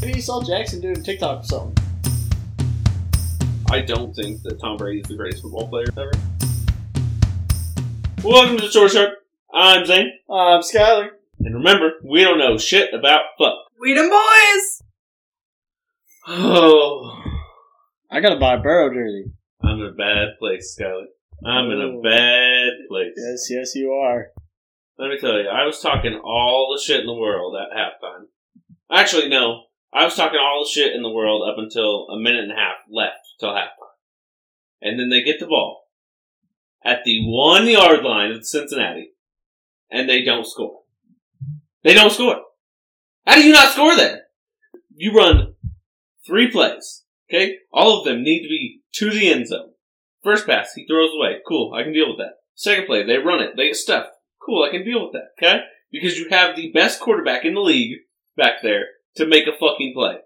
Maybe you saw Jackson doing TikTok or something. I don't think that Tom Brady is the greatest football player ever. Welcome to Short Sharp. I'm Zane. Um, Skyler. And remember, we don't know shit about fuck. We them boys. Oh, I gotta buy a Burrow jersey. I'm in a bad place, Skylar. I'm in a Ooh. bad place. Yes, yes, you are. Let me tell you, I was talking all the shit in the world at halftime. Actually, no. I was talking all the shit in the world up until a minute and a half left till halftime. And then they get the ball at the one yard line of Cincinnati, and they don't score. They don't score. How do you not score then? You run three plays, okay? All of them need to be to the end zone. First pass, he throws away. Cool, I can deal with that. Second play, they run it, they get stuffed cool, I can deal with that, okay? Because you have the best quarterback in the league back there to make a fucking play.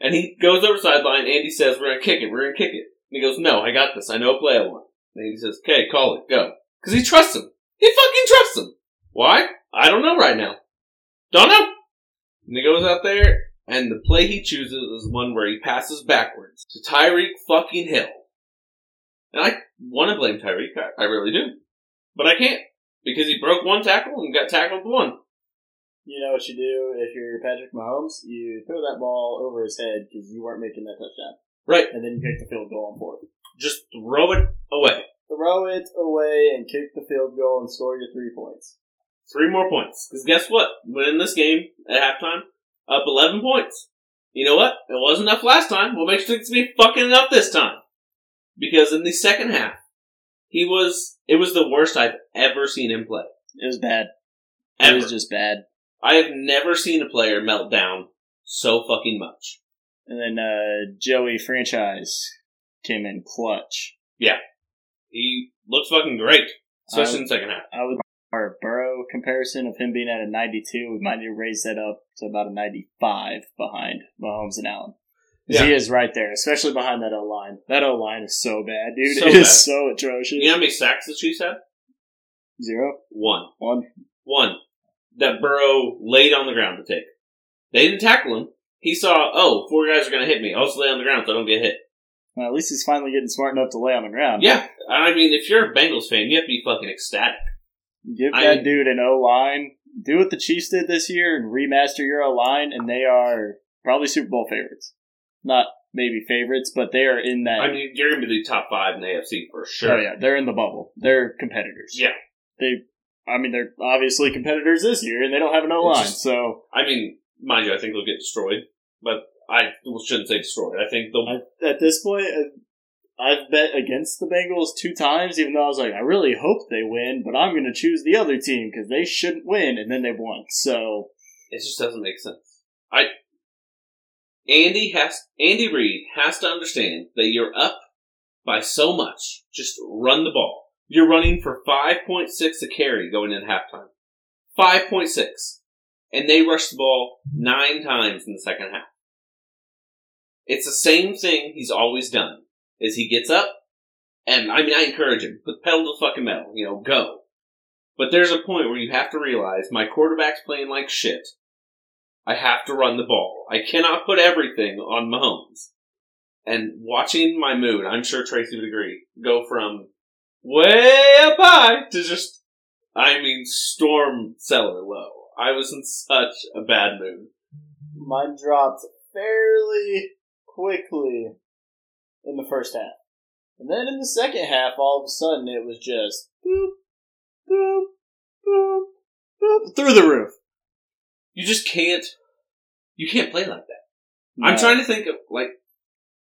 And he goes over sideline, Andy says, we're gonna kick it, we're gonna kick it. And he goes, no, I got this, I know a play I want. And he says, okay, call it, go. Cause he trusts him. He fucking trusts him. Why? I don't know right now. Don't know. And he goes out there, and the play he chooses is one where he passes backwards to Tyreek fucking Hill. And I want to blame Tyreek, I, I really do. But I can't because he broke one tackle and got tackled one. You know what you do if you're Patrick Mahomes? You throw that ball over his head because you weren't making that touchdown. Right. And then you kick the field goal on fourth. Just throw it away. Throw it away and kick the field goal and score your three points. Three more points. Because guess what? Winning this game at halftime, up 11 points. You know what? It wasn't enough last time. What makes you think it's going to be fucking enough this time? Because in the second half, he was, it was the worst I've ever seen him play. It was bad. Ever. It was just bad. I have never seen a player melt down so fucking much. And then uh, Joey Franchise came in clutch. He looked fucking great. Especially in the second half. I would our Burrow comparison of him being at a 92, we might need to raise that up to about a 95 behind Mahomes and Allen. 'Cause He is right there, especially behind that O line. That O line is so bad, dude. So it bad. is so atrocious. You know how many sacks the Chiefs had? Zero, One. one. One, that Burrow laid on the ground to take. They didn't tackle him. He saw, oh, four guys are going to hit me. I'll just lay on the ground so I don't get hit. Well, at least he's finally getting smart enough to lay on the ground. Yeah, I mean, if you're a Bengals fan, you have to be fucking ecstatic. Give I- that dude an O line. Do what the Chiefs did this year and remaster your O line, and they are probably Super Bowl favorites. Not maybe favorites, but they are in that. I mean, you're going to be the top five in the AFC for sure. Oh yeah, they're in the bubble. They're competitors. Yeah. They, I mean, they're obviously competitors this year, and they don't have an O line. just- So I mean, mind you, I think they'll get destroyed, but I shouldn't say destroyed. I think they'll. I, at this point, I- I've bet against the Bengals two times, even though I was like, I really hope they win, but I'm going to choose the other team because they shouldn't win, and then they won. So It just doesn't make sense. I Andy has Andy Reid has to understand that you're up by so much. Just run the ball. You're running for five point six a carry going in halftime. Five point six. And they rushed the ball nine times in the second half. It's the same thing he's always done. Is he gets up and I mean I encourage him, put pedal to the fucking metal, you know, go. But there's a point where you have to realize my quarterback's playing like shit. I have to run the ball. I cannot put everything on Mahomes. And watching my mood, I'm sure Tracy would agree, go from way up high to just, I mean, storm cellar low. I was in such a bad mood. mine dropped fairly quickly in the first half. And then in the second half, all of a sudden, it was just boop, boop, boop, boop, through the roof. You just can't, you can't play like that. I'm trying to think of, like,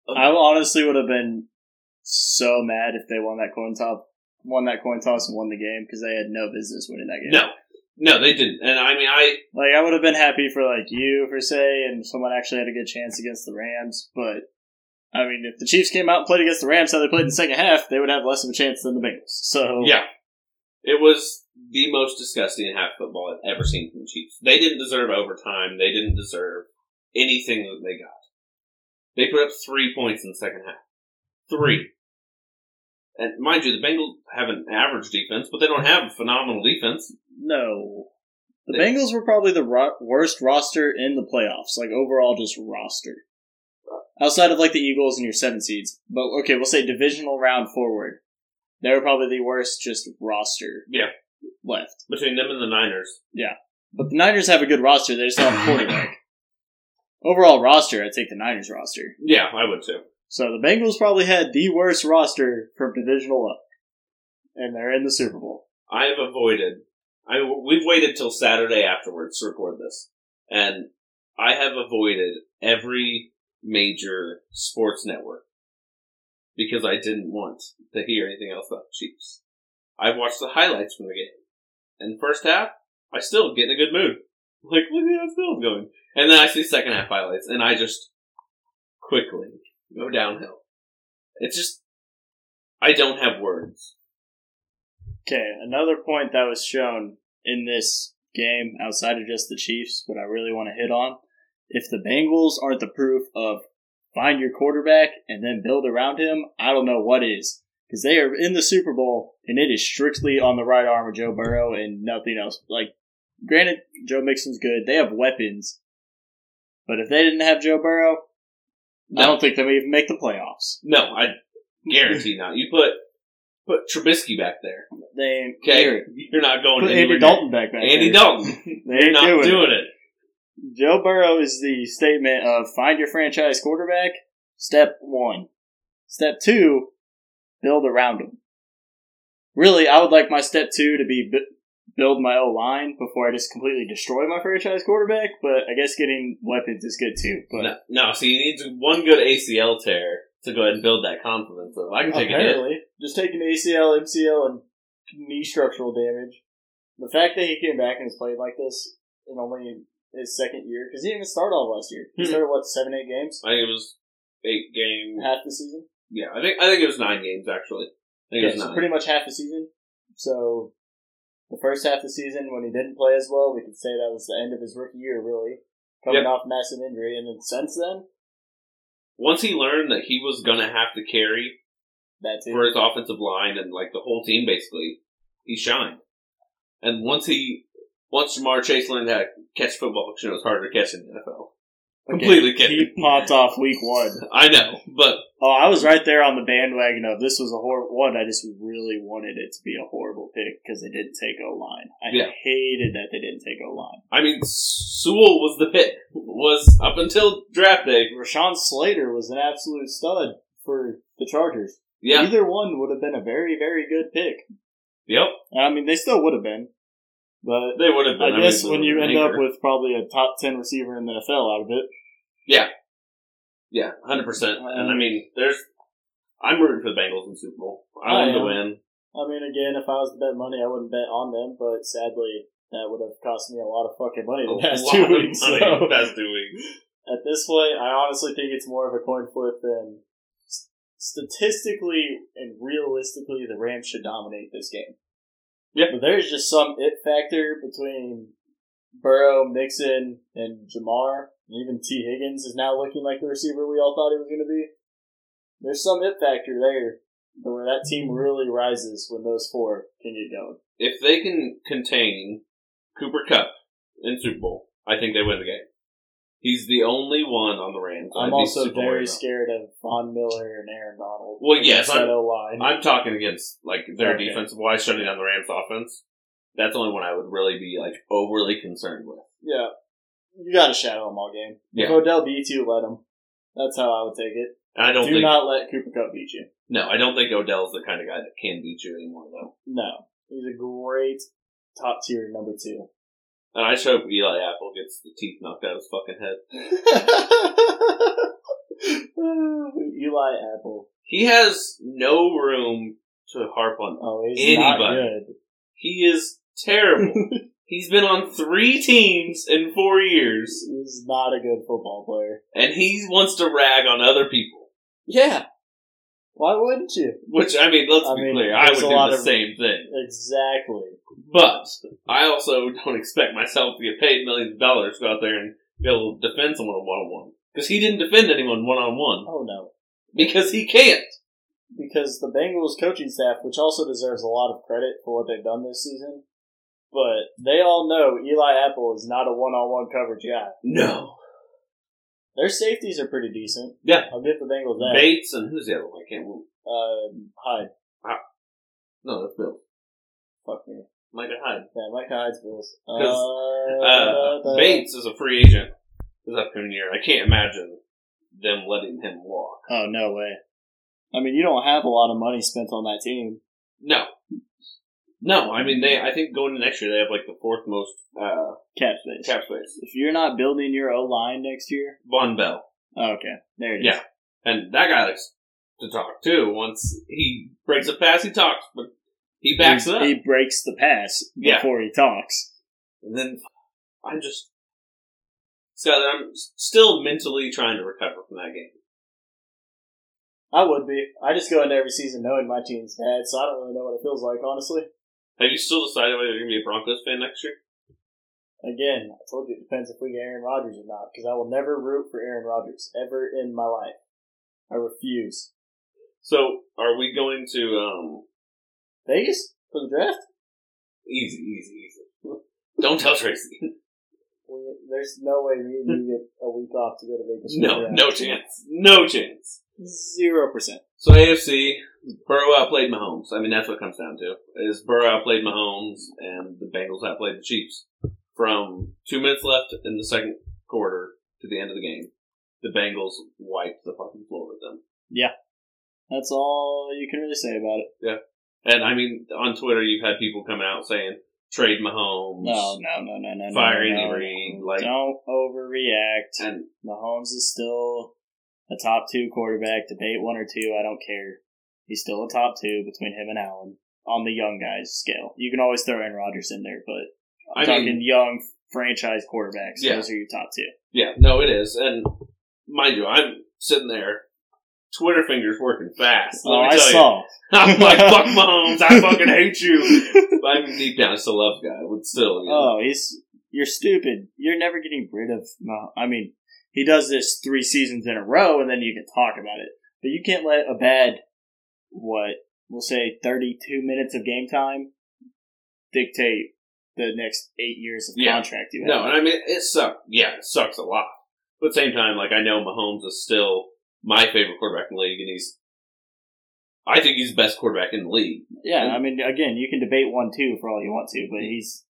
I honestly would have been so mad if they won that coin toss, won that coin toss, and won the game because they had no business winning that game. no. No, they didn't. And I mean, I, Like I would have been happy for like you for say, and someone actually had a good chance against the Rams. But I mean, if the Chiefs came out and played against the Rams how they played in the second half, they would have less of a chance than the Bengals. So Yeah. It was the most disgusting half football I've ever seen from the Chiefs. They didn't deserve overtime. They didn't deserve anything that they got. They put up three points in the second half. Three. And mind you, the Bengals have an average defense, but they don't have a phenomenal defense. no, The They- Bengals were probably the ro- worst roster in the playoffs, like overall, just roster. Outside of like the Eagles and your seven seeds, but okay, we'll say divisional round forward. They were probably the worst, just roster. Yeah. left. Between them and the Niners. But the Niners have a good roster. They just don't have a quarterback. overall roster, I'd take the Niners roster. Yeah, I would too. So the Bengals probably had the worst roster from divisional up, and they're in the Super Bowl. I have avoided. I we've waited till Saturday afterwards to record this, and I have avoided every major sports network because I didn't want to hear anything else about the Chiefs. I've watched the highlights from the game, and the first half I still get in a good mood. Like look at how Phil's going, and then I see second half highlights, and I just quickly go downhill. It's just I don't have words. Okay, another point that was shown in this game outside of just the Chiefs, what I really want to hit on, if the Bengals aren't the proof of find your quarterback and then build around him, I don't know what is. Because they are in the Super Bowl and it is strictly on the right arm of Joe Burrow and nothing else. Like, granted, Joe Mixon's good. They have weapons. But if they didn't have Joe Burrow, I don't think they would even make the playoffs. No, I guarantee not. You put put Trubisky back there. They Okay, you're not going put anywhere. Andy near- Dalton back back Andy there. Dalton. They You're ain't not doing it. doing it. Joe Burrow is the statement of find your franchise quarterback. Step one. Step two, build around him. Really, I would like my step two to be bu- build my O line before I just completely destroy my franchise quarterback. But I guess getting weapons is good too. But No, no, so you need one good ACL tear to go ahead and build that confidence of I can take a hit. apparently, just taking ACL, MCL, and knee structural damage. The fact that he came back and has played like this in only his second year, because he didn't even start all of last year. He Hmm. started what seven, eight games, I think it was eight games. half the season. Yeah, I think I think it was nine games actually. I think Yeah, it was so nine. pretty much half the season. So the first half of the season, when he didn't play as well, we could say that was the end of his rookie year, really, coming Yep. off massive injury. And then since then, Once he learned that he was gonna have to carry that's it. for his offensive line and like the whole team basically, he shined. And once he once Jamar Chase learned how to catch football, which you know, it's harder to catch in the NFL. Okay, Completely kidding. He popped off week one. I know, but Oh, I was right there on the bandwagon of this was a horrible one. I just really wanted it to be a horrible pick because they didn't take O line. I Yeah. hated that they didn't take O line. I mean, Sewell was the pick. Was up until draft day. Rashawn Slater was an absolute stud for the Chargers. Yeah. Either one would have been a very, very good pick. Yep. I mean, they still would have been, but They would have been. I guess mean, when they you would've end been up anchor. with probably a top 10 receiver in the NFL out of it. Yeah, 100%. Uh, And I mean, there's. I'm rooting for the Bengals in the Super Bowl. I I want am. to win. I mean, again, if I was to bet money, I wouldn't bet on them, but sadly, that would have cost me a lot of fucking money the A past lot two of weeks. money so- the past two weeks. at this point, I honestly think it's more of a coin flip than s- statistically and realistically, the Rams should dominate this game. Yeah. but there's just some it factor between Burrow, Mixon, and Jamar, and even T. Higgins is now looking like the receiver we all thought he was going to be. There's some it factor there, but where that Mm-hmm. team really rises when those four can get going. If they can contain Cooper Cup in Super Bowl, I think they win the game. He's the only one on the Rams. I'm I'd be also super very worried about. scared of Von Miller and Aaron Donald. Well, yes, That I'm- O-line. I'm talking against like their Okay. defensive wise shutting down the Rams offense. That's the only one I would really be like overly concerned with. Yeah. You got to shadow him all game. If Yeah. Odell beats you, let him. That's how I would take it. And I don't Do think not let Cooper Cup beat you. no, I don't think Odell's the kind of guy that can beat you anymore though. No. He's a great top tier number two. And I just hope Eli Apple gets the teeth knocked out of his fucking head. Eli Apple. He has no room to harp on. Oh, he's not Anybody. good. He is terrible. He's been on three teams in four years, He's not a good football player. and he wants to rag on other people. Yeah. Why wouldn't you? Which I mean, let's I be mean, clear, I would there's do a lot the of- same thing. Exactly. But I also don't expect myself to get paid millions of dollars to go out there and be able to defend someone one on one. Because he didn't defend anyone one on one. Oh, no. Because he can't. because the Bengals coaching staff, which also deserves a lot of credit for what they've done this season, But they all know Eli Apple is not a one on one coverage guy. No. Their safeties are pretty decent. Yeah. I'll give the Bengals that. Bates and who's the other one? I can't remember. um, Hyde. No, that's Bill. Fuck me. Micah Hyde. Yeah, Mike Hyde's Bills. Uh, Uh, the- Bates is a free agent this upcoming year. I can't imagine them letting him walk. Oh, no way. I mean, you don't have a lot of money spent on that team. No. No, I mean they. I think going to next year they have like the fourth most uh, Cap space. cap space. If you're not building your O line next year, Von Bell, oh, okay, there it is. Yeah. and that guy likes to talk too. Once he breaks a pass, he talks, but he backs he, it up. He breaks the pass Yeah. before he talks. And then I'm just Skyler, I'm still mentally trying to recover from that game. I would be. I just go into every season knowing my team's bad, so I don't really know what it feels like, honestly. Have you still decided whether you're gonna be a Broncos fan next year? Again, I told you it depends if we get Aaron Rodgers or not, because I will never root for Aaron Rodgers ever in my life. I refuse. So are we going to um Vegas for the draft? easy, easy, easy. Don't tell Tracy. We, there's no way we we get a week off to go to Vegas. for the Hmm. draft. No, no chance. No chance. Zero percent. So AFC, Burrow outplayed Mahomes. I mean that's what it comes down to. Is Burrow outplayed Mahomes and the Bengals outplayed the Chiefs. From two minutes left in the second quarter to the end of the game, the Bengals wiped the fucking floor with them. That's all you can really say about it. And I mean, on Twitter, you've had people come out saying trade Mahomes. No, no, no, no, no. Fire no, Andy no. Reid, like- Don't overreact. And Mahomes is still a top two quarterback. Debate one or two, I don't care. He's still a top two between him and Allen on the young guys scale. You can always throw Aaron Rodgers in there, but I'm I talking mean, young franchise quarterbacks. Yeah. Those are your top two. yeah, no, it is. And mind you, I'm sitting there, Twitter fingers working fast. Let Oh, me I tell you. saw. I'm like, fuck Mahomes, I fucking hate you. But I mean, deep down, I still love the guy, but still. You know, Oh, he's you're stupid. You're never getting rid of. Mah- I mean, he does this three seasons in a row, and then you can talk about it. But you can't let a bad, what we'll say, thirty-two minutes of game time dictate the next eight years of Yeah. contract you have. No, and I mean, it sucks. Yeah, it sucks a lot. But at the same time, like, I know Mahomes is still my favorite quarterback in the league, and he's. I think he's the best quarterback in the league. Yeah, I mean, again, you can debate one two for all you want to, Mm-hmm. but he's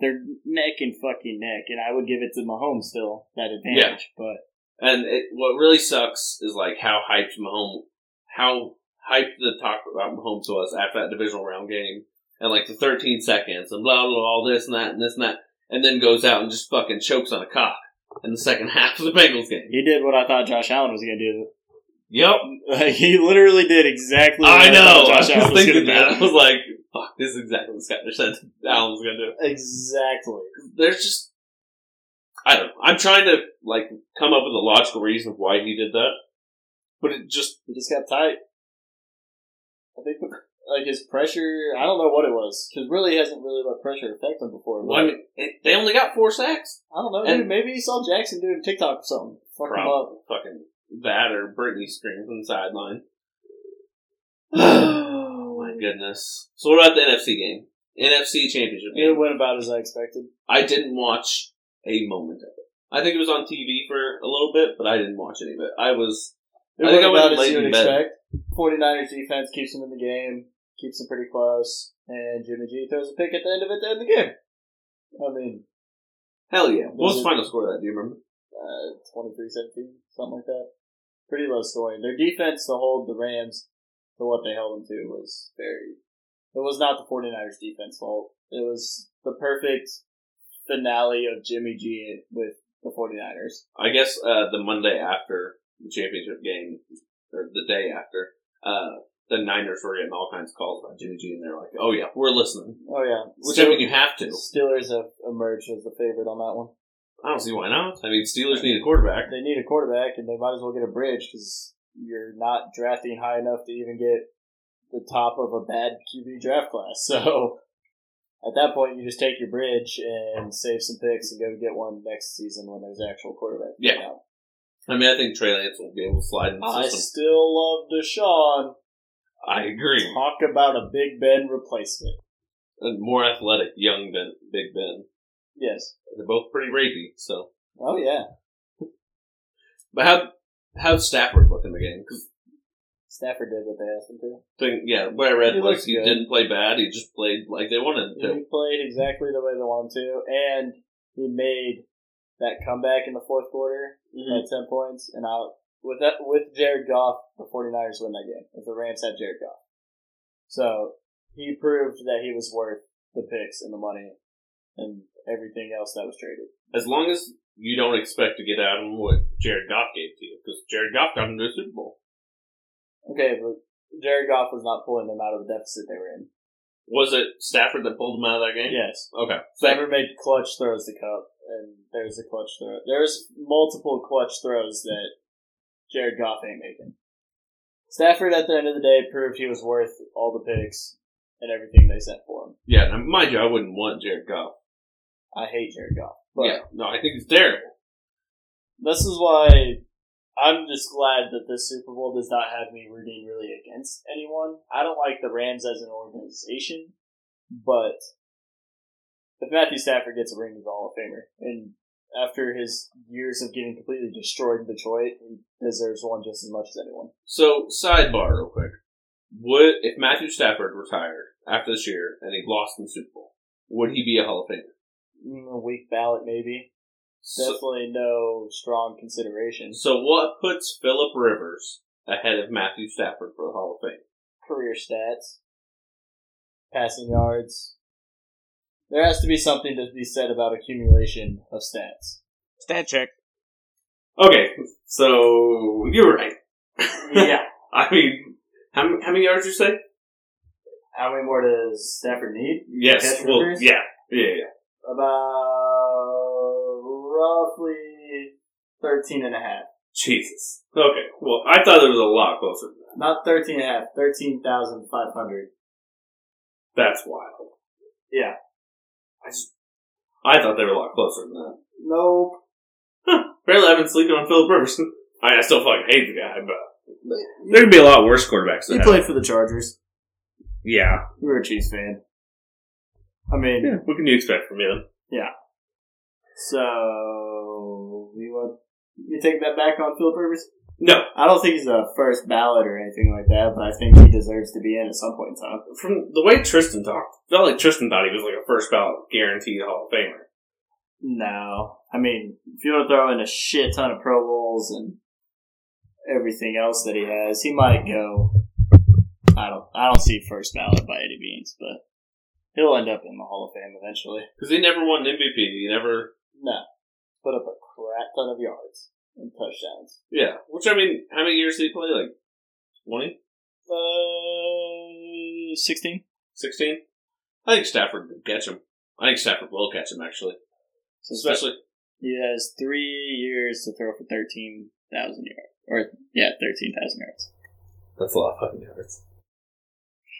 they're neck and fucking neck, and I would give it to Mahomes still that advantage. But And it, what really sucks is like how hyped Mahomes, how hyped the talk about Mahomes was after that divisional round game, and like the 13 seconds and blah blah, blah all this and that and this and that, and then goes out and just fucking chokes on a cock in the second half of the Bengals game. he did what I thought Josh Allen was going to do Yep, Like, he literally did exactly. I know. thought I was was thinking gonna that. I do. was like, fuck, this is exactly what Skyler said Allen's gonna do. Exactly. There's just, I don't. know. I'm trying to like come up with a logical reason of why he did that, but it just He just got tight. I think like his pressure. I don't know what it was because really he hasn't really let pressure affect him before. but Well, I mean, it, they only got four sacks. I don't know. and- dude, maybe he saw Jackson doing TikTok or something. Fuck him up. Probably fucking that or Britney screams on the sideline. oh my goodness. So what about the NFC game? NFC championship It game. went about as I expected. I didn't watch a moment of it. I think it was on TV for a little bit, but I didn't watch any of it. I was It I went think I went about as late you in would bed. expect. 49ers defense keeps him in the game, keeps him pretty close, and Jimmy G throws a pick at the end of it to end the game. I mean, hell yeah. What was Was the it- final score of that? Do you remember? uh, 23-17, something like that. Pretty low scoring. Their defense to hold the Rams to what they held them to was very. It was not the 49ers defense fault. It was the perfect finale of Jimmy G with the 49ers. I guess uh, the Monday after the championship game, or the day after, uh, the Niners were getting all kinds of calls about Jimmy G, and they're like, "Oh yeah, we're listening." Oh yeah, Which Still- I mean, you have to. Steelers have emerged as the favorite on that one. I don't see why not. I mean, Steelers need a quarterback. They need a quarterback, and they might as well get a bridge because you're not drafting high enough to even get the top of a bad QB draft class. So at that point, you just take your bridge and save some picks and go get one next season when there's actual quarterback. Yeah. Now, I mean, I think Trey Lance will be able to slide in the I system. still love Deshaun. Oh, I agree. Talk about a Big Ben replacement. and Uh, more athletic, young Ben, Big Ben. Yes. They're both pretty rapey. So, Oh yeah. but how how Stafford look in the game? 'Cause Stafford did what they asked him to. thing, yeah, what I read He was looked he good. didn't play bad. He just played like they wanted him to. He played exactly the way they wanted to, and he made that comeback in the fourth quarter Mhm. at ten points and out with that with Jared Goff, the 49ers win that game if the Rams had Jared Goff. So he proved that he was worth the picks and the money and everything else that was traded. As long as you don't expect to get out of him what Jared Goff gave to you, because Jared Goff got him to a Super Bowl. Okay, but Jared Goff was not pulling them out of the deficit they were in. Was it Stafford that pulled him out of that game? Yes. Okay. Stafford made clutch throws to Cup, and there's a clutch throw. There's multiple clutch throws that Jared Goff ain't making. Stafford, at the end of the day, proved he was worth all the picks and everything they sent for him. Yeah, now, mind you, I wouldn't want Jared Goff. I hate Jared Goff, but yeah, no, I think it's terrible. this is why I'm just glad that this Super Bowl does not have me rooting really against anyone. I don't like the Rams as an organization, but if Matthew Stafford gets a ring, he's a Hall of Famer. And after his years of getting completely destroyed in Detroit, he deserves one just as much as anyone. So, sidebar real quick. Would if Matthew Stafford retired after this year and he lost in the Super Bowl, would he be a Hall of Famer? Mm, A weak ballot, maybe. So, Definitely no strong consideration. so what puts Philip Rivers ahead of Matthew Stafford for the Hall of Fame? Career stats, passing yards. There has to be something to be said about accumulation of stats. Stat check. Okay, so you were right. yeah. I mean, how, m- how many yards you say? How many more does Stafford need? Yes. Catch Well, Rivers? yeah, yeah, yeah. About roughly 13 and a half. Jesus. Okay. Well, I thought it was a lot closer. than that. Not 13 and a half, 13,500. That's wild. Yeah. I just, I thought they were a lot closer than that. Nope. Apparently, I've been sleeping on Philip Rivers. I, mean, I still fucking hate the guy, but there could be a lot worse quarterbacks. He Than him. played for the Chargers. Yeah. You were a Chiefs fan. I mean, yeah. What can you expect from him? so. You, want, you take that back on Philip Rivers? No. I don't think he's a first ballot or anything like that, but I think he deserves to be in at some point in time. From the way Tristan talked, it felt like Tristan thought he was like a first ballot guaranteed Hall of Famer. No. I mean, if you want to throw in a shit ton of Pro Bowls and everything else that he has, he might go. I don't. I don't see first ballot by any means, but he'll end up in the Hall of Fame eventually. Because he never won an MVP. He never No, put up a crap ton of yards and touchdowns. Yeah, which I mean, how many years did he play? Like 20? Uh, sixteen. 16? I think Stafford could catch him. I think Stafford will catch him, actually. Especially, he has three years to throw for thirteen thousand yards, or yeah, thirteen thousand yards. that's a lot of fucking yards.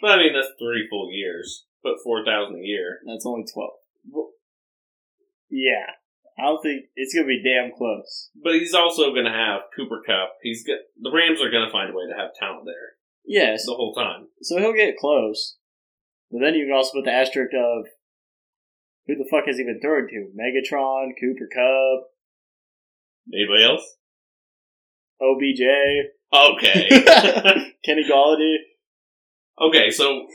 But I mean, that's three full years, but 4,000 a year. That's only twelve. Yeah, I don't think it's gonna be damn close. But he's also going to have Cooper Cup. He's got, The Rams are going to find a way to have talent there Yeah, the so, whole time. so he'll get close, but then you can also put the asterisk of who the fuck has he been thrown to? Megatron, Cooper Cup, Anybody else? OBJ, Okay. Kenny Galladay. okay, so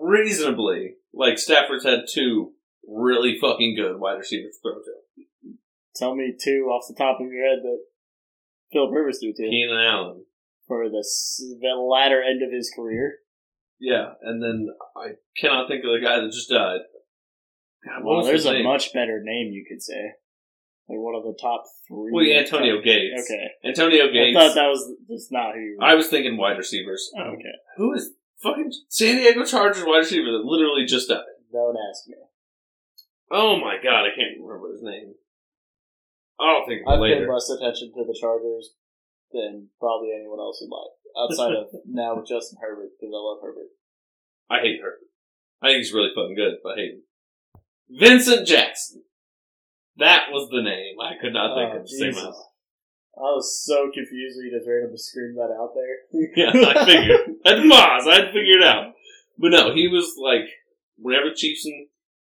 reasonably, like Stafford's had two really fucking good wide receivers to throw to. Tell me two off the top of your head that Phil Rivers threw to Keenan Allen. for the s- the latter end of his career. Yeah, and then I cannot think of the guy that just died. God, what Well, was there's his a name? much better name you could say. Like one of the top three. Well, yeah, Antonio Gates. Okay. Antonio Gates. I thought that was just not who you were. I was thinking wide receivers. Oh, okay. Who is fucking San Diego Chargers wide receiver that literally just died? Don't ask me. Oh my god, I can't remember his name. I'll think of I've it paid later. less attention to the Chargers than probably anyone else in life, outside of now with Justin Herbert because I love Herbert. I hate her. I think he's really fucking good, but I hate him. Vincent Jackson. That was the name. I could not think Oh, of the same Jesus. out. I was so confused when you just randomly screamed that out there. Yeah, I figured. At Moz, I'd figure it out. But no, he was like whenever Chiefs and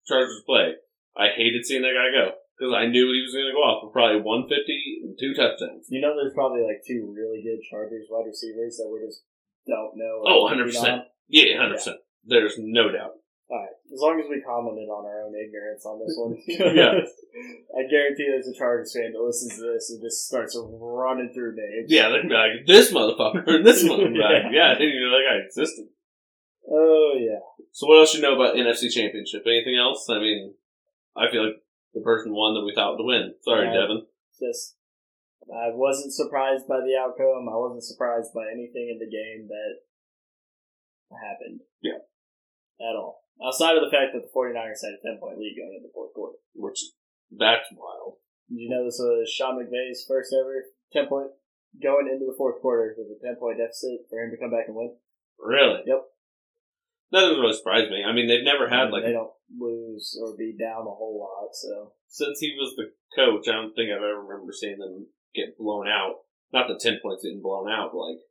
Chargers play, I hated seeing that guy go because I knew he was going to go off for probably 150 and two touchdowns. You know, there's probably like two really good Chargers wide receivers that we just don't know. or Oh, thinking 100%. on. Yeah, 100%. There's no doubt. All right, as long as we commented on our own ignorance on this one, Yeah. I guarantee there's a Chargers fan that listens to this and just starts running through names. Yeah, they're like, this motherfucker and this motherfucker. Yeah. yeah, and you know, that guy existed. Oh yeah. So what else you know about NFC Championship? Anything else? I mean, I feel like the person won that we thought would win. Sorry, Yeah. Devin. just I wasn't surprised by the outcome. I wasn't surprised by anything in the game that happened. Yeah. At all. Outside of the fact that the 49ers had a 10 point lead going into the fourth quarter. Which that's wild. Did you know this was Sean McVay's first ever 10 point going into the fourth quarter with a 10 point deficit for him to come back and win? Really? Yep. Mm, That doesn't really surprise me. I mean, they've never had like they don't lose or be down a whole lot, so. since he was the coach. I don't think I've ever remember seeing them get blown out. Not the ten points getting blown out, but like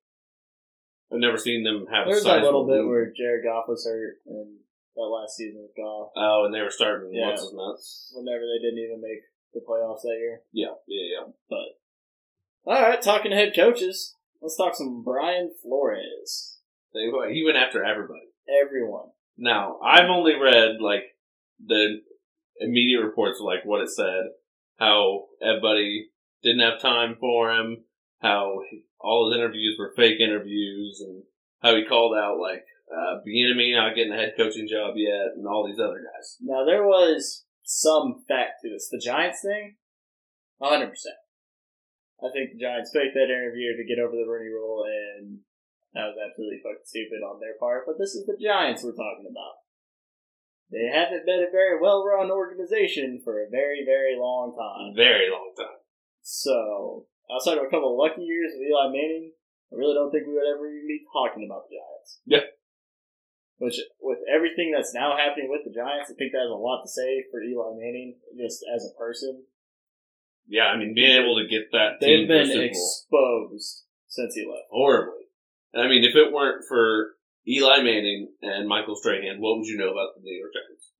I've never seen them have. There was that little sizable bit lead. where Jared Goff was hurt and that last season with Goff. oh, and they were starting Yeah. what's his nuts. whenever they didn't even make the playoffs that year. Yeah, yeah, yeah. All right, talking to head coaches, let's talk some Brian Flores. They, he went after everybody. Everyone, Now, I've only read like the immediate reports of like what it said, how everybody didn't have time for him, how he, all his interviews were fake interviews, and how he called out like uh, enemy not getting a head coaching job yet, and all these other guys. now there was some fact to this. The Giants thing, hundred percent. I think the Giants faked that interview to get over the Rooney Rule, and that was absolutely fucking stupid on their part. But this is the Giants we're talking about. They haven't been a very well-run organization for a very, very long time. A very long time. So, outside of a couple of lucky years with Eli Manning, I really don't think we would ever even be talking about the Giants. Yeah. Which, with everything that's now happening with the Giants, I think that has a lot to say for Eli Manning, just as a person. Yeah, I mean, being able to get that team They've been to the Super Bowl, exposed since he left. horribly. And I mean, if it weren't for Eli Manning and Michael Strahan, what would you know about the New York Giants?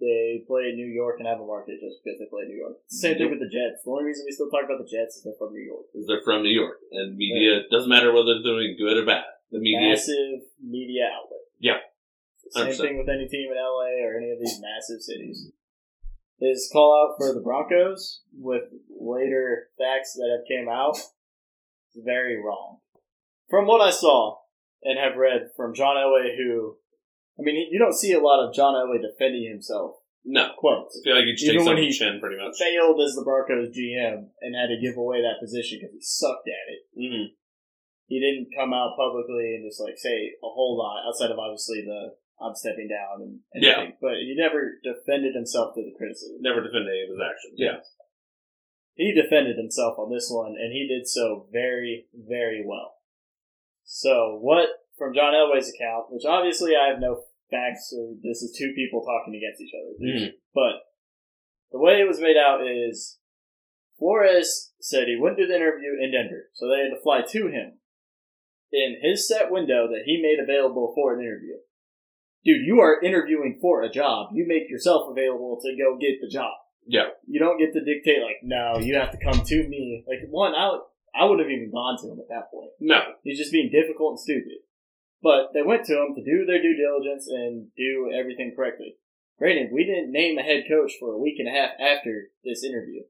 They play New York and have a market just because they play New York. Same thing with the Jets. The only reason we still talk about the Jets is they're from New York. is they're from New York, and media doesn't matter whether they're doing good or bad. The media, Massive media outlet. Yeah. Same 100%. thing with any team in LA or any of these massive cities. His call out for the Broncos with later facts that have came out is very wrong. From what I saw and have read from John Elway, who, I mean, you don't see a lot of John Elway defending himself. no, Quotes I feel like you just Even take when something he- chin pretty much. failed as the Broncos GM and had to give away that position because he sucked at it. Mm. He didn't come out publicly and just like say a whole lot outside of obviously the I'm stepping down and Yeah. everything. But he never defended himself to the criticism. Never defend any of his actions. Yeah, He defended himself on this one and he did so very, very well. So what from John Elway's account, which obviously I have no facts or this is two people talking against each other. Mm. But the way it was made out is Flores said he wouldn't do the interview in Denver, so they had to fly to him in his set window that he made available for an interview. Dude, you are interviewing for a job. You make yourself available to go get the job. Yeah. You don't get to dictate like, no, you have to come to me. Like one, I would, I would have even gone to him at that point. no, He's just being difficult and stupid. But they went to him to do their due diligence and do everything correctly. Granted, we didn't name a head coach for a week and a half after this interview.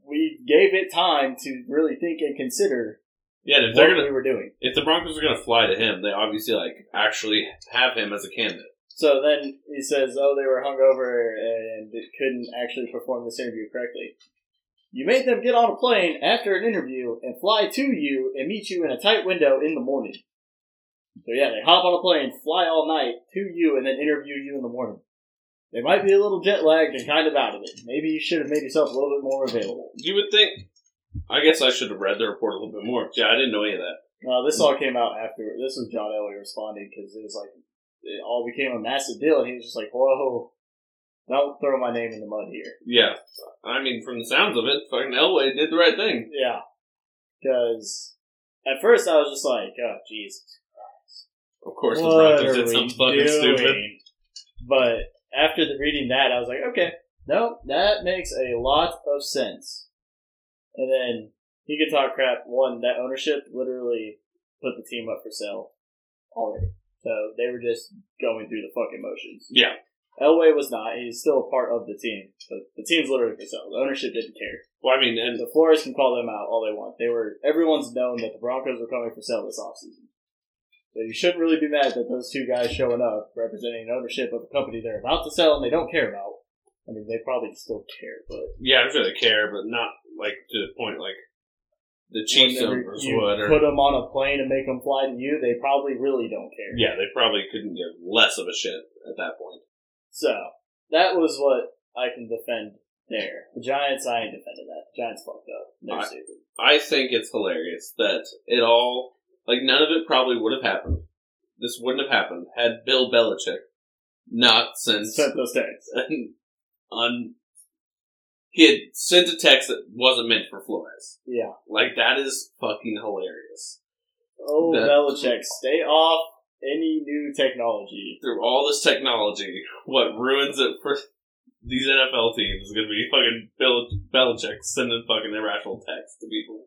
We gave it time to really think and consider yeah. and If what they're gonna, we were doing. if the Broncos are gonna fly to him, they obviously like actually have him as a candidate. So then he says, "Oh, they were hungover and couldn't actually perform this interview correctly." You made them get on a plane after an interview and fly to you and meet you in a tight window in the morning. So yeah, they hop on a plane, fly all night to you, and then interview you in the morning. They might be a little jet lagged and kind of out of it. Maybe you should have made yourself a little bit more available. You would think. I guess I should have read the report a little bit more. Yeah, I didn't know any of that. Uh, this all came out afterward. This was John Elway responding because it was like it all became a massive deal, and he was just like, "Whoa, don't throw my name in the mud here." Yeah, I mean, from the sounds of it, fucking Elway did the right thing. Yeah. Because at first I was just like, oh, Jesus. Of course, What the Broncos are did something we fucking stupid. doing? But after the, reading that, I was like, okay, no, that makes a lot of sense. And then he could talk crap. One, that ownership literally put the team up for sale already. So they were just going through the fucking motions. Yeah. Elway was not. He's still a part of the team. But the team's literally for sale. The ownership didn't care. Well, I mean, And and the Flores can call them out all they want. They were everyone's known that the Broncos were coming for sale this offseason. So you shouldn't really be mad that those two guys showing up representing an ownership of a company they're about to sell and they don't care about. I mean, they probably still care, but yeah, I'm sure they care, but not like to the point like the Chiefs whenever owners you would. Or, put them on a plane and make them fly to you, they probably really don't care. yeah, they probably couldn't give less of a shit at that point. So that was what I can defend there. The Giants, I ain't defending that. The Giants fucked up. They're I- stupid. I think it's hilarious that it all, like, none of it probably would have happened. This wouldn't have happened had Bill Belichick not sent Sent those texts. an, un, he had sent a text that wasn't meant for Flores. Yeah. Like, that is fucking hilarious. Oh, That- Belichick, stay off any new technology. Through all this technology, what ruins it for these NFL teams is going to be fucking Bill Belichick sending fucking irrational texts to people.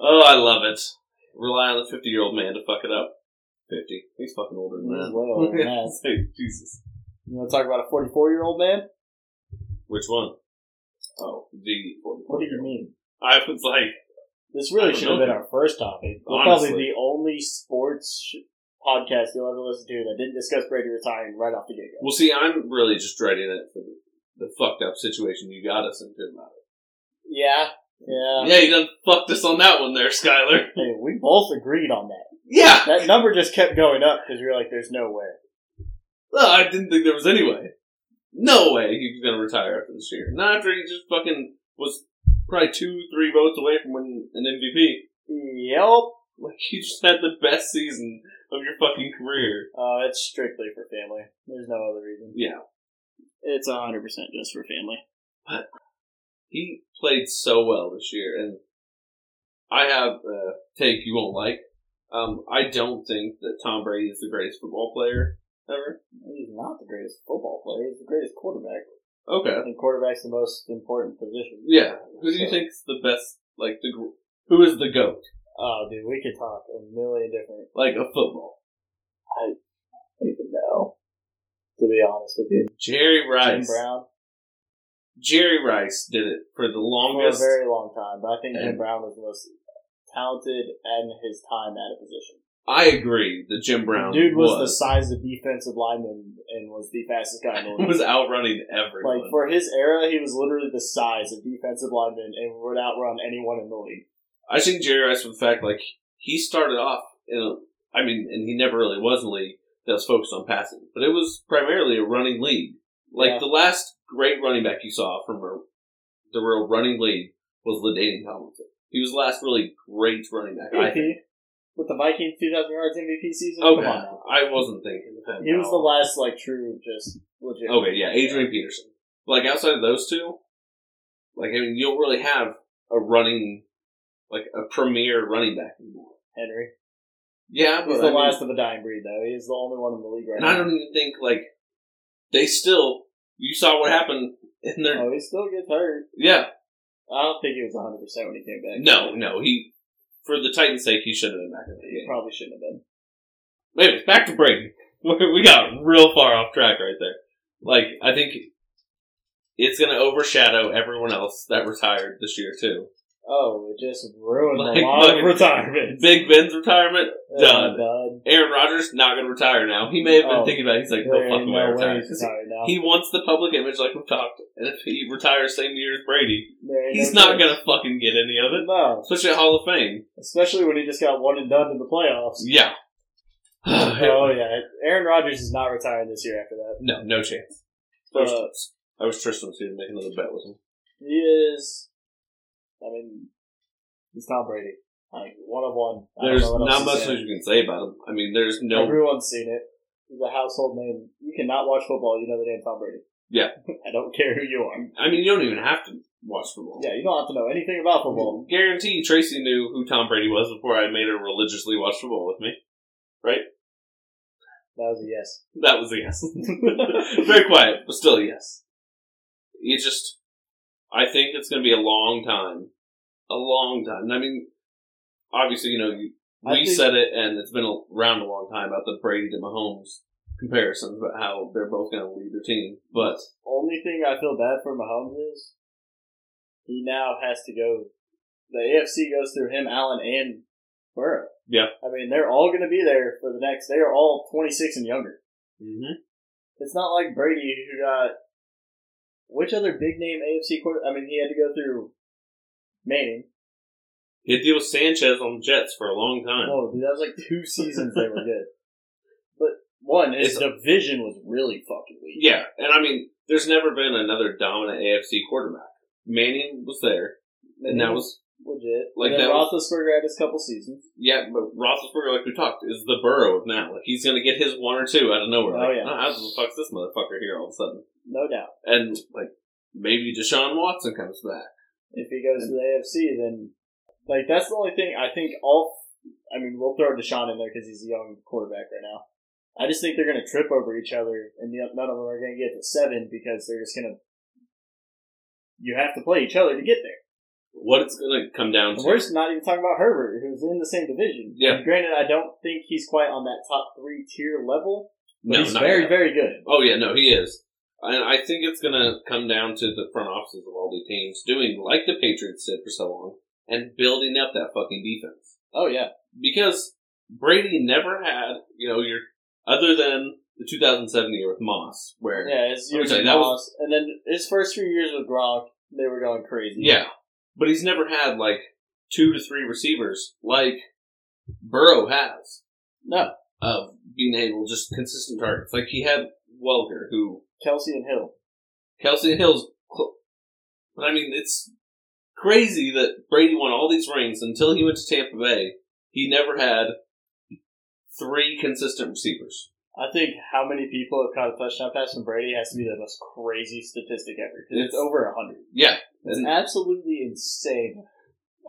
Oh, I love it. Rely on the 50 year old man to fuck it up. 50. He's fucking older than As that. well, man. Hey, Jesus. You want to talk about a 44 year old man? Which one? Oh, the 44. What do you mean? I was like, This I really don't should have know. been our first topic. We're Honestly. probably the only sports sh- podcast you'll ever listen to that didn't discuss Brady retiring right off the get go. Well, see, I'm really just dreading it for the, the fucked up situation you got us into about it. Yeah, yeah. yeah, you done fucked us on that one there, Skyler. Hey, we both agreed on that. Yeah! That number just kept going up because you're like, there's no way. Well, I didn't think there was any way. No way he was going to retire after this year. Not after he just fucking was probably two, three votes away from winning an MVP. Yep. Like, you just had the best season of your fucking career. Uh, it's strictly for family. There's no other reason. Yeah. It's 100% just for family. He played so well this year, and I have a take you won't like. Um, I don't think that Tom Brady is the greatest football player ever. He's not the greatest football player. He's the greatest quarterback. Okay. I think quarterback's the most important position. Yeah. Who do you So- think's the best? Like the gr- who is the goat? Oh, dude, we could talk a million different. Like a football. I don't even know. To be honest with you, Jerry Jim Rice. Brown Jerry Rice did it for the for a longest. very long time, but I think Jim And- Brown was the most talented and his time at a position. I agree that Jim Brown Dude was, the was size of defensive lineman and was the fastest guy in the league. was outrunning everyone. Like for his era, he was literally the size of defensive lineman and would outrun anyone in the league. I think Jerry Rice, for the fact, like he started off in, a, I mean, and he never really was in a league that was focused on passing, but it was primarily a running league. Like Yeah. the last great running back you saw from a, the real running league was Ladainian Tomlinson. He was the last really great running back. I think. MVP with the Vikings 2000 yards MVP season. Okay, Come on now. I wasn't thinking of him. He was now. the last like true just legit. Okay, yeah, Adrian Peterson. Like outside of those two, like I mean, you don't really have a running, like a premier running back anymore. Henry. Yeah, but He's the I mean- last of a dying breed, though. He is the only one in the league right and now. I don't even think like they still. You saw what happened in their. Oh, he still gets hurt. Yeah, I don't think he was 100 percent when he came back. no, no, he for the Titans' sake, he should have been back in the game. probably shouldn't have been. Anyways, back to Brady. We got real far off track right there. Like I think it's gonna overshadow everyone else that retired this year too. Oh, it just ruined Like, a lot fucking- of Oh, retirement. Big Ben's retirement done. done. Aaron Rodgers not going to retire now. He may have been Oh. thinking about. It. He's like, no There ain't fucking way I no way retire. he's retired now. He wants the public image, like we've talked. And if he retires same year as Brady, There ain't he's no not way. going to fucking get any of it, No, especially at Hall of Fame. especially when he just got one and done in the playoffs. Yeah. Oh yeah, Aaron Rodgers is not retiring this year after that. no, no chance. I But was, I was Tristan was going to make another bet with him. he is. I mean, he's Tom Brady. Like one of one. I don't There's know what else not to much say. you can say about him. I mean, there's no. Everyone's seen it. He's a household name. You cannot watch football, you know the name Tom Brady. Yeah. I don't care who you are. I mean, you don't even have to watch football. Yeah, you don't have to know anything about football. Guarantee Tracy knew who Tom Brady was before I made her religiously watch football with me. That was a yes. That was a yes. Very quiet, but still a yes. You just, I think it's going to be a long time, a long time. I mean, obviously, you know, you, I we think- said it, and it's been around a long time about the Brady to Mahomes comparisons about how they're both going to lead their team. But Only thing I feel bad for Mahomes is he now has to go. The AFC goes through him, Allen, and Burrow. Yeah. I mean, they're all going to be there for the next. They are all 26 and younger. mm-hmm. It's not like Brady who got which other big name AFC quarter. I mean, he had to go through Manning. he had to deal with Sanchez on the Jets for a long time. Whoa, dude, that was like two seasons they were good. But one, his It's- division was really fucking weak. yeah, and I mean, there's never been another dominant AFC quarterback. Manning was there, and that was legit. Like, and then that was- Roethlisberger had his couple seasons. Yeah, but Roethlisberger, like we talked, is the Burrow of now. Like he's gonna get his one or two out of nowhere. Oh, Like, yeah. How the fuck's this motherfucker here all of a sudden? No doubt. And like maybe Deshaun Watson comes back. If he goes to the AFC, then like that's the only thing I think. All I mean, we'll throw Deshaun in there because he's a young quarterback right now. I just think they're going to trip over each other, and the- none of them are going to get to seven because they're just going to. You have to play each other to get there. What it's gonna come down And to? we're just not even talking about Herbert, who's in the same division. Yeah. And granted, I don't think he's quite on that top three tier level, but no, he's not very, yet. very good. Oh yeah, no, he is. And I think it's gonna come down to the front offices of all these teams doing like the Patriots did for so long and building up that fucking defense. Oh yeah, because Brady never had, you know, your other than the 2007 year with Moss, where yeah. His Let me years tell you, with that was- Moss, and then his first few years with Gronk, they were going crazy. yeah, but he's never had like two to three receivers like Burrow has No, of being able just consistent targets. Like he had Welker, who Kelsey and Hill. Kelsey and Hill's, cl- but I mean it's crazy that Brady won all these rings until he went to Tampa Bay. He never had three consistent receivers. I think how many people have caught a touchdown pass from Brady has to be the most crazy statistic ever. 'cause It's, It's- over hundred. Yeah, It's and- absolutely insane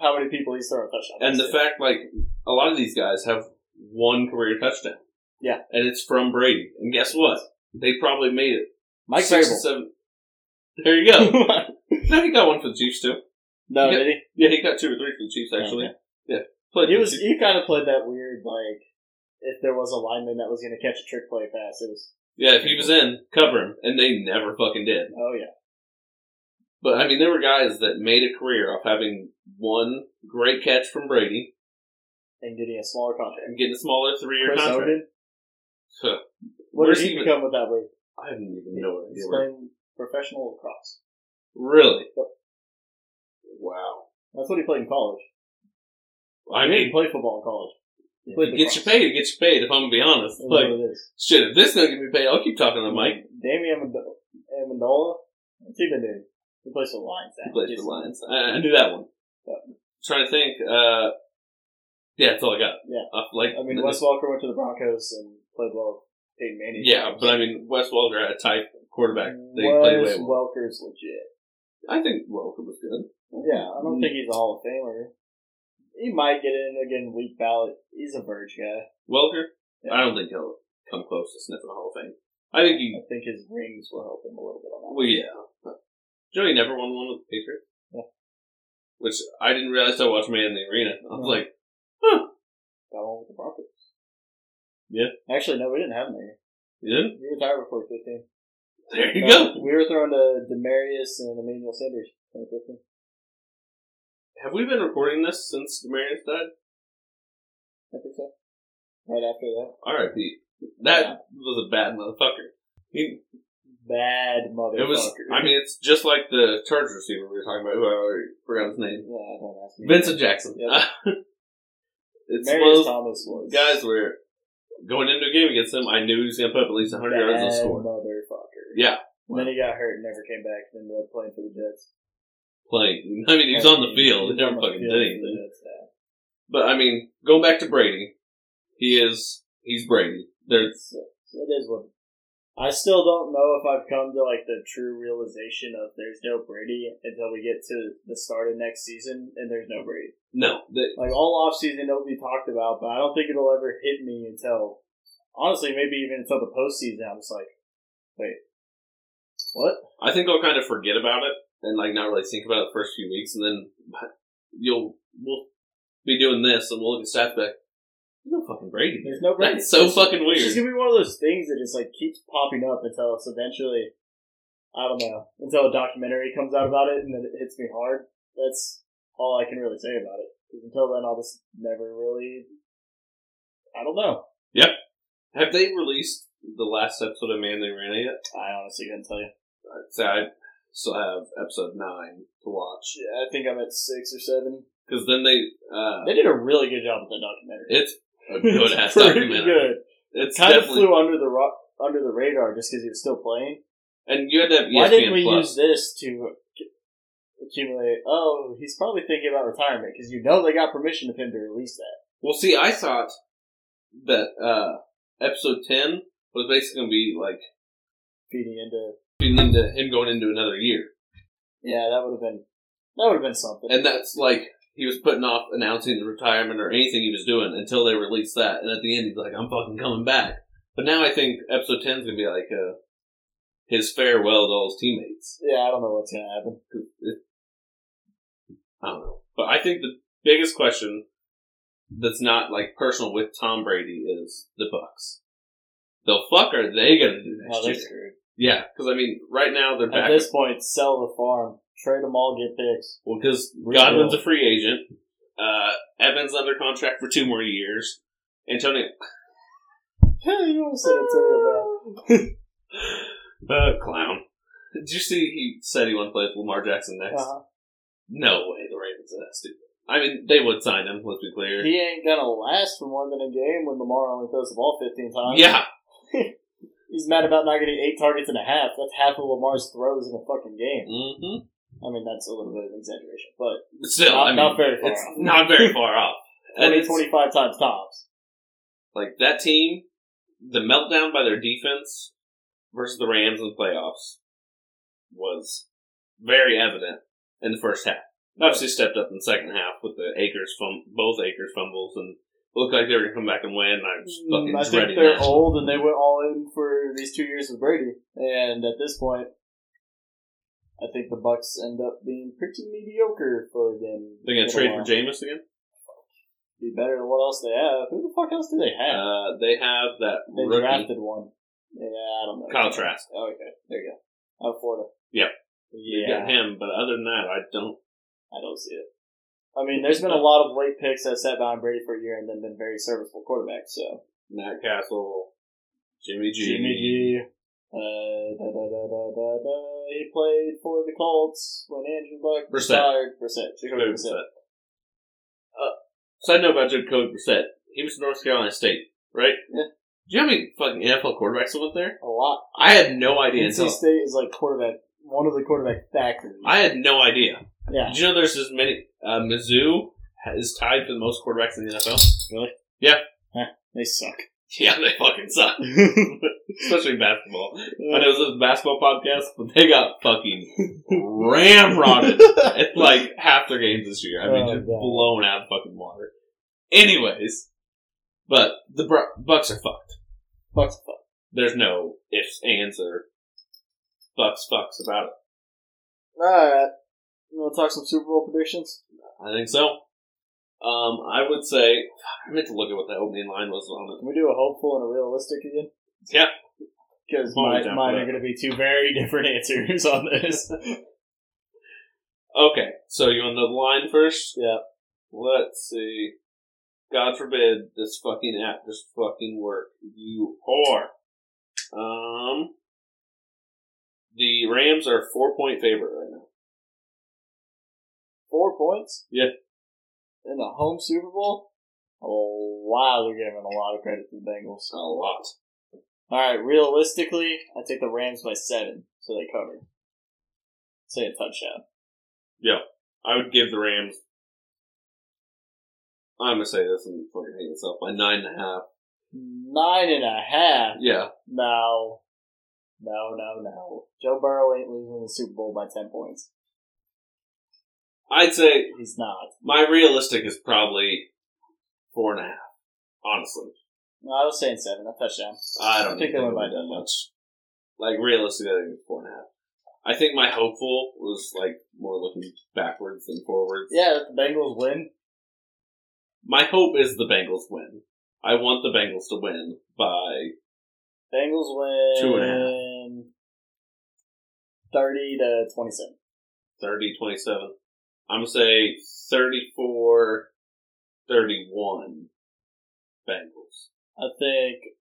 how many people he's thrown a touchdown. And pass to. the fact, like, a lot of these guys have one career touchdown. Yeah. And it's from Brady. And guess what? They probably made it. Mike Six Vrabel. or seven. There you go. no, he got one for the Chiefs, too. no, Yeah. did he? Yeah, he got two or three for the Chiefs, actually. Okay. Yeah. Oh, Played He for was. the Chiefs. He kind of played that weird like. If there was a lineman that was going to catch a trick play pass, it was Yeah, if he was in, cover him. And they never fucking did. oh yeah, But, I mean, there were guys that made a career off having one great catch from Brady and getting a smaller contract. and getting a smaller three year Chris contract. Hogan, Huh. what Where's did he he- become with that word? I didn't even know what He's they were. playing professional lacrosse. Really? Wow. That's what he played in college. I He mean, didn't play football in college. He played It gets lacrosse. you Uh-huh. paid, it gets you paid, if I'm gonna be honest. That's Like, what it is. shit, if this doesn't get me paid, I'll keep talking to Mike. Damian Amado- Amendola. What's he been doing? He plays for the Lions now. He plays for He's- the Lions. I, I knew that one. trying to think, uh, yeah, that's all I got. Yeah. Uh, like, I mean, Wes Walker went to the Broncos and played well with Peyton Manning. yeah, but I mean, Wes Welker had a type quarterback. They played Wes way well. Welker's legit. I think Welker was good. Yeah, I don't think he's a Hall of Famer. He might get in again, weak ballot. He's a verge guy. Welker, Yeah. I don't think he'll come close to sniffing the Hall of Fame. I think he, I think his rings will help him a little bit on that. well, yeah. Joey never won one with the Patriots. Yeah. Which I didn't realize till I watched Man in the Arena. I was Yeah. like, Got one with the Broncos. Yeah. Actually, no, we didn't have him there. you didn't? He retired before 15. There you go. No, We were throwing to Demarius and Emmanuel Sanders. 2015. Have we been recording this since Demarius died? I think so. Right after that. R.I.P. That Yeah. was a bad motherfucker. He, Bad motherfucker. it was. I mean, it's just like the Chargers receiver we were talking about. Who I already forgot his name. yeah, don't ask me. Vincent Jackson. Yep. it's one Marius of those Thomas was guys where going into a game against him, I knew he was going to put up at least 100 yards bad and score. motherfucker. Yeah. And then he got hurt and never came back. And ended up playing for the Jets. Playing. I mean, he was on the He was field. He on never the fucking field for did the anything. Jets, yeah. But I mean, going back to Brady, he is. He's Brady. There's So, so uh, it is what. I still don't know if I've come to like the true realization of there's no Brady until we get to the start of next season and there's no Brady. no. The, Like all off season it'll be talked about, but I don't think it'll ever hit me until Honestly, maybe even until the postseason, I'm just like, wait, what? I think I'll kind of forget about it and like not really think about it the first few weeks, and then you'll we'll be doing this, and we'll look at stats back. No fucking Brady. There's no break. That's so fucking It's weird. just gonna be one of those things that just like keeps popping up until it's eventually, I don't know, until a documentary comes out about it and then it hits me hard. That's all I can really say about it. 'Cause until then, I'll just never really. I don't know. Have they released the last episode of Man They Ran It yet? I honestly couldn't tell you. I'd say I still have episode nine to watch Yeah, I think I'm at six or seven. because then they uh, They did a really good job with that documentary. it's a good ass It's pretty documentary. good. It's Kind of definitely flew under the rock, under the radar just because he was still playing. and you had to have E ESPN Why didn't we Plus. use this to ac- accumulate? Oh, he's probably thinking about retirement because you know they got permission of him to release that. Well, see, I thought that uh, episode ten was basically going to be like Feeding into feeding into him going into another year, yeah, that would have been that would have been something. and that's like he was putting off announcing the retirement or anything he was doing until they released that, and at the end he's like, "I'm fucking coming back." But now I think episode ten is going to be like uh, his farewell to all his teammates. yeah, I don't know what's gonna happen. I don't know, but I think the biggest question that's not like personal with Tom Brady is the Bucks. The fuck are they going to do next Oh, year? they're screwed. Yeah, because I mean, right now they're At back. this point, sell the farm, trade them all, get picks. well, because Rebuild. Godwin's a free agent. Uh, Evans under contract for two more years. Antonio you almost said it to me about- uh, clown. Did you see he said he wanted to play with Lamar Jackson next? Uh-huh. No way, the Ravens are that stupid. I mean, they would sign him. Let's be clear. He ain't gonna last for more than a game when Lamar only throws the ball fifteen times. yeah, he's mad about not getting eight targets and a half. That's half of Lamar's throws in a fucking game. hmm I mean, that's a little bit of an exaggeration, but still, Not- I mean, not very far it's off. not very far off. And 20, it's- 25 times tops. like that team, the meltdown by their defense versus the Rams in the playoffs was very evident in the first half. Obviously, stepped up in the second half with the Akers fum- both Akers fumbles, and looked like they were gonna come back and win. I was fucking Mm, I dreading think they're that. old and they went all in for these two years with Brady. And at this point, I think the Bucks end up being pretty mediocre for them. They're gonna trade for Jameis again. Be better than what else they have. Who the fuck else do they have? Uh, they have that they rookie drafted one. Yeah, I don't know. Kyle Trask. Oh, okay, there you go. Out of Florida. Yep. You Yeah. got him, but other than that, I don't. I don't see it. I mean, there's been a lot of late picks that sat behind Brady for a year and then been very serviceable quarterbacks. So Matt Castle, Jimmy G. Jimmy G. Uh, da, da, da, da, da, da. He played for the Colts when Andrew Luck Brissett. retired. Brissett. Jacoby Jacoby Brissett. Brissett. Uh, side note about Jacoby Brissett. He was North Carolina State, right? Yeah. Do you know how many fucking NFL quarterbacks went there? A lot. I had no idea NC until State is like quarterback, one of the quarterback factories. I had no idea. yeah. Did you know there's as many? Uh, Mizzou is tied for the most quarterbacks in the NFL. They suck. Uh, Yeah, they fucking suck, I especially basketball. I know this is a basketball podcast, but they got fucking ramrodded at like half their games this year. I mean, Oh, just God. blown out of fucking water. Anyways, but the Bru- Bucks are fucked. Bucks fuck. there's no ifs, ands, or bucks, fucks about it. Alright. You want to talk some Super Bowl predictions? I think so. Um, I would say I meant to look at what the opening line was on it. Can we do a hopeful and a realistic again? Yeah. Because Why don't we mine, jump mine to are that? going to be two very different answers on this. Okay, so you want the line first? yeah. Let's see. God forbid this fucking app just fucking work. You whore. Um, the Rams are a four point favorite right now. Four points? Yeah. In the home Super Bowl? Oh, wow, they're giving a lot of credit to the Bengals. A lot. Alright, realistically, I take the Rams by seven, so they cover. Say a touchdown. I would give the Rams. I'm gonna say this and fucking hate myself by nine and a half. Nine and a half. Yeah, No. No, no, no. Joe Burrow ain't losing the Super Bowl by ten points. I'd say He's not. my realistic is probably four and a half, honestly. No, I was saying seven. A touchdown. I don't I think know. they went by that much. Like realistically, I think it's four and a half. I think my hopeful was like more looking backwards than forwards. Yeah, if the Bengals win. My hope is the Bengals win. I want the Bengals to win by Bengals win. Two and a half. Thirty to twenty-seven. 30 27. I'm going to say 34 31 Bengals. I think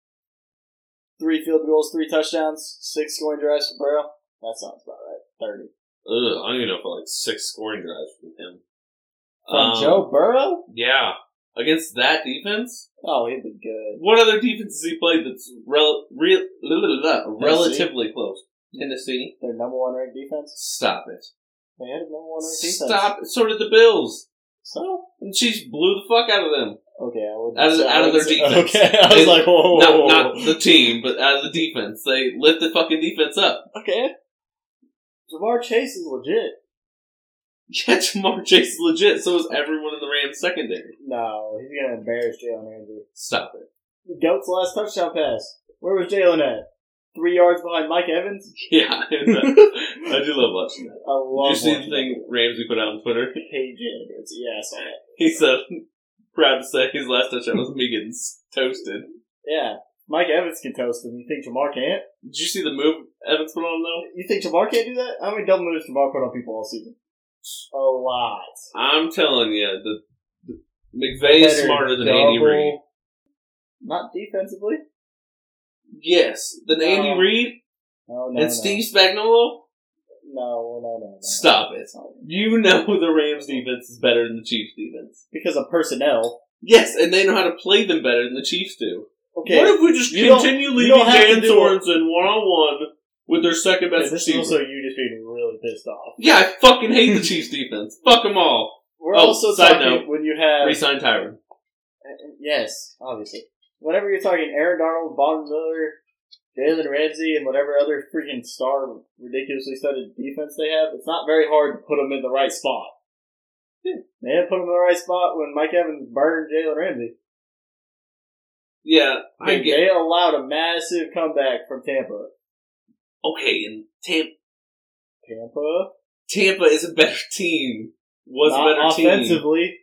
three field goals, three touchdowns, six scoring drives for Burrow. That sounds about right. Thirty Ugh, I don't even know if I like six scoring drives from him. from Um, Joe Burrow. Yeah. Against that defense? Oh, he'd be good. What other defense has he played that's rel- real relatively close? Tennessee? Their number one ranked defense. Stop it. They had a number one ranked defense. Stop it. So did the Bills. So And she blew the fuck out of them. okay, I would Out of- so I out of would their say- defense. Okay, I was They- like, whoa, whoa, Not, whoa, not whoa. the team, but out of the defense. They lit the fucking defense up. okay. Jamar Chase is legit. Yeah, Jamar Chase is legit. So is everyone in the Rams secondary. No, he's gonna embarrass Jalen Ramsey. Stop it. The Goat's last touchdown pass. Where was Jalen at? Three yards behind Mike Evans. Yeah, I know. I do love watching that. I love Did you see the watching thing Ramsey put out on Twitter? that. Hey, Jalen Ramsey. Yeah, I saw that. He said, proud to say his last touchdown was me getting s- toasted. Yeah, Mike Evans can toast him. You think Jamar can't? Did you see the move Evans put on though? You think Jamar can't do that? How many double moves Jamar put on people all season? A lot. I'm telling you, the, the McVay is Better smarter than Andy double- Reid. Not defensively. Yes, than Andy No. Reid No, no, no. and Steve Spagnuolo. No, no, no, no. Stop it. You know the Rams defense is better than the Chiefs defense. Because of personnel. Yes, and they know how to play them better than the Chiefs do. Okay. What if we just You don't- continue you don't leaving have to Dan do it. Sorensen one on one with their second Okay, best this is receiver? also you just being really pissed off. yeah, I fucking hate the Chiefs defense. Fuck them all. We're Oh, also side talking note. when you have Resign Tyron. Uh, Yes, obviously. Whenever you're talking Aaron Donald, Von Miller, Jalen Ramsey, and whatever other freaking star ridiculously studded defense they have, it's not very hard to put them in the right spot. They didn't put them in the right spot when Mike Evans burned Jalen Ramsey. Yeah, I They, get. they allowed a massive comeback from Tampa. Okay, and Tampa, Tampa Tampa is a better team. Was not a better team. offensively.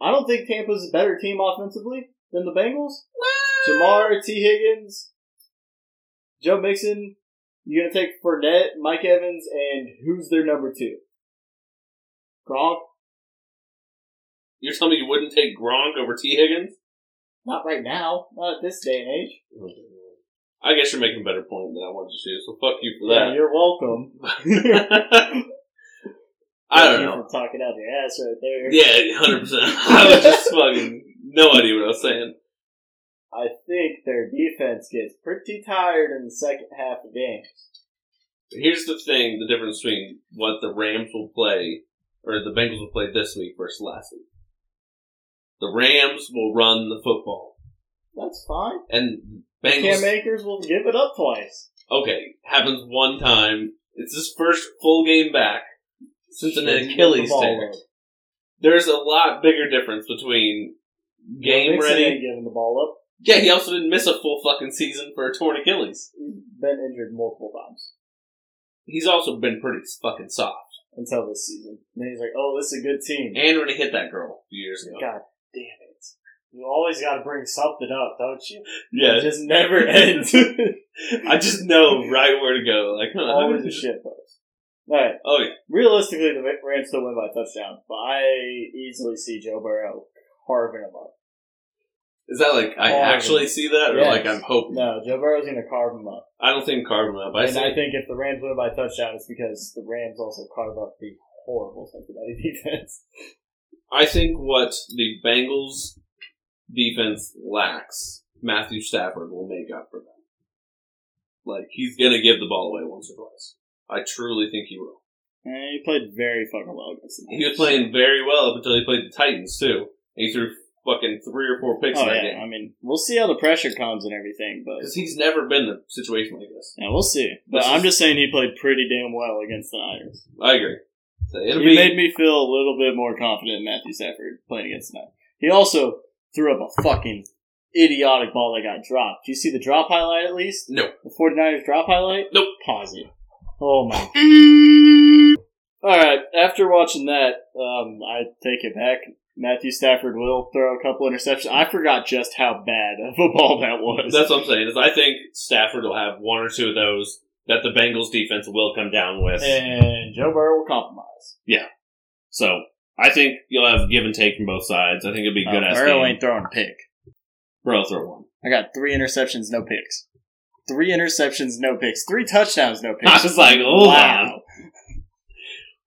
I don't think Tampa's a better team offensively than the Bengals. Jamar, T. Higgins, Joe Mixon. You're gonna take Burnett, Mike Evans, and who's their number two? Gronk. You're telling me you wouldn't take Gronk over T Higgins? Not right now. Not at this day and age. I guess you're making a better point than I wanted to. So fuck you for Yeah, that. you're welcome. I don't Thank you know. For talking out your ass right there. Yeah, hundred percent. I was just fucking no idea what I was saying. I think their defense gets pretty tired in the second half of games. Here's the thing: the difference between what the Rams will play or the Bengals will play this week versus last week. The Rams will run the football, That's fine. and Cam Bengals. Akers will give it up twice. Okay, happens one time. It's his first full game back since an Shouldn't give Achilles the ball tear. up. There's a lot bigger difference between Joe game Mixon ready. ain't giving the ball up. Yeah, he also didn't miss a full fucking season for a torn Achilles. He's been injured multiple times. He's also been pretty fucking soft. until this season. And then he's like, "Oh, this is a good team." And when he hit that girl a few years ago. God damn it! You always got to bring something up, don't you? Yeah, It just never ends. I just know right where to go. Like, huh, always a shit post. All right. oh yeah, Realistically, the Rams still win by a touchdown, but I easily see Joe Burrow carving them up. is that like I Oh, actually see that, or yes. like I'm hoping? No, Joe Burrow's going to carve them up. I don't think carbon up. I and see. I think if the Rams win by a touchdown, it's because the Rams also carve up the horrible Cincinnati defense. I think what the Bengals defense lacks, Matthew Stafford will make up for that. Like he's gonna give the ball away once or twice. I truly think he will. And he played very fucking well against them. He was playing very well up until he played the Titans too. And he threw fucking three or four picks Oh in that yeah, game I mean, we'll see how the pressure comes and everything, but because he's never been in a situation like this. Yeah, we'll see. But This I'm is- just saying he played pretty damn well against the Niners. I agree. So it'll He be made me feel a little bit more confident in Matthew Stafford playing against the Niners. He also threw up a fucking idiotic ball that got dropped. Do you see the drop highlight at least? No. The 49ers drop highlight? Nope. Pause it. Oh my. Alright, after watching that, um, I take it back. Matthew Stafford will throw a couple interceptions. I forgot just how bad of a ball that was. That's what I'm saying. Is I think Stafford will have one or two of those that the Bengals defense will come down with. and Joe Burrow will compromise. So I think you'll have give and take from both sides. I think it'll be a good Uh, ass Burrow game. ain't throwing a pick. Bro, throw one. I got three interceptions, no picks. Three interceptions, no picks. Three touchdowns, no picks. I was like, hold on.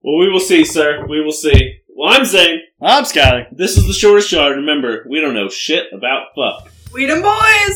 Well, we will see, sir. We will see. Well, I'm saying I'm Skyler. this is the shortest yard. Remember, we don't know shit about fuck. Weed 'em boys!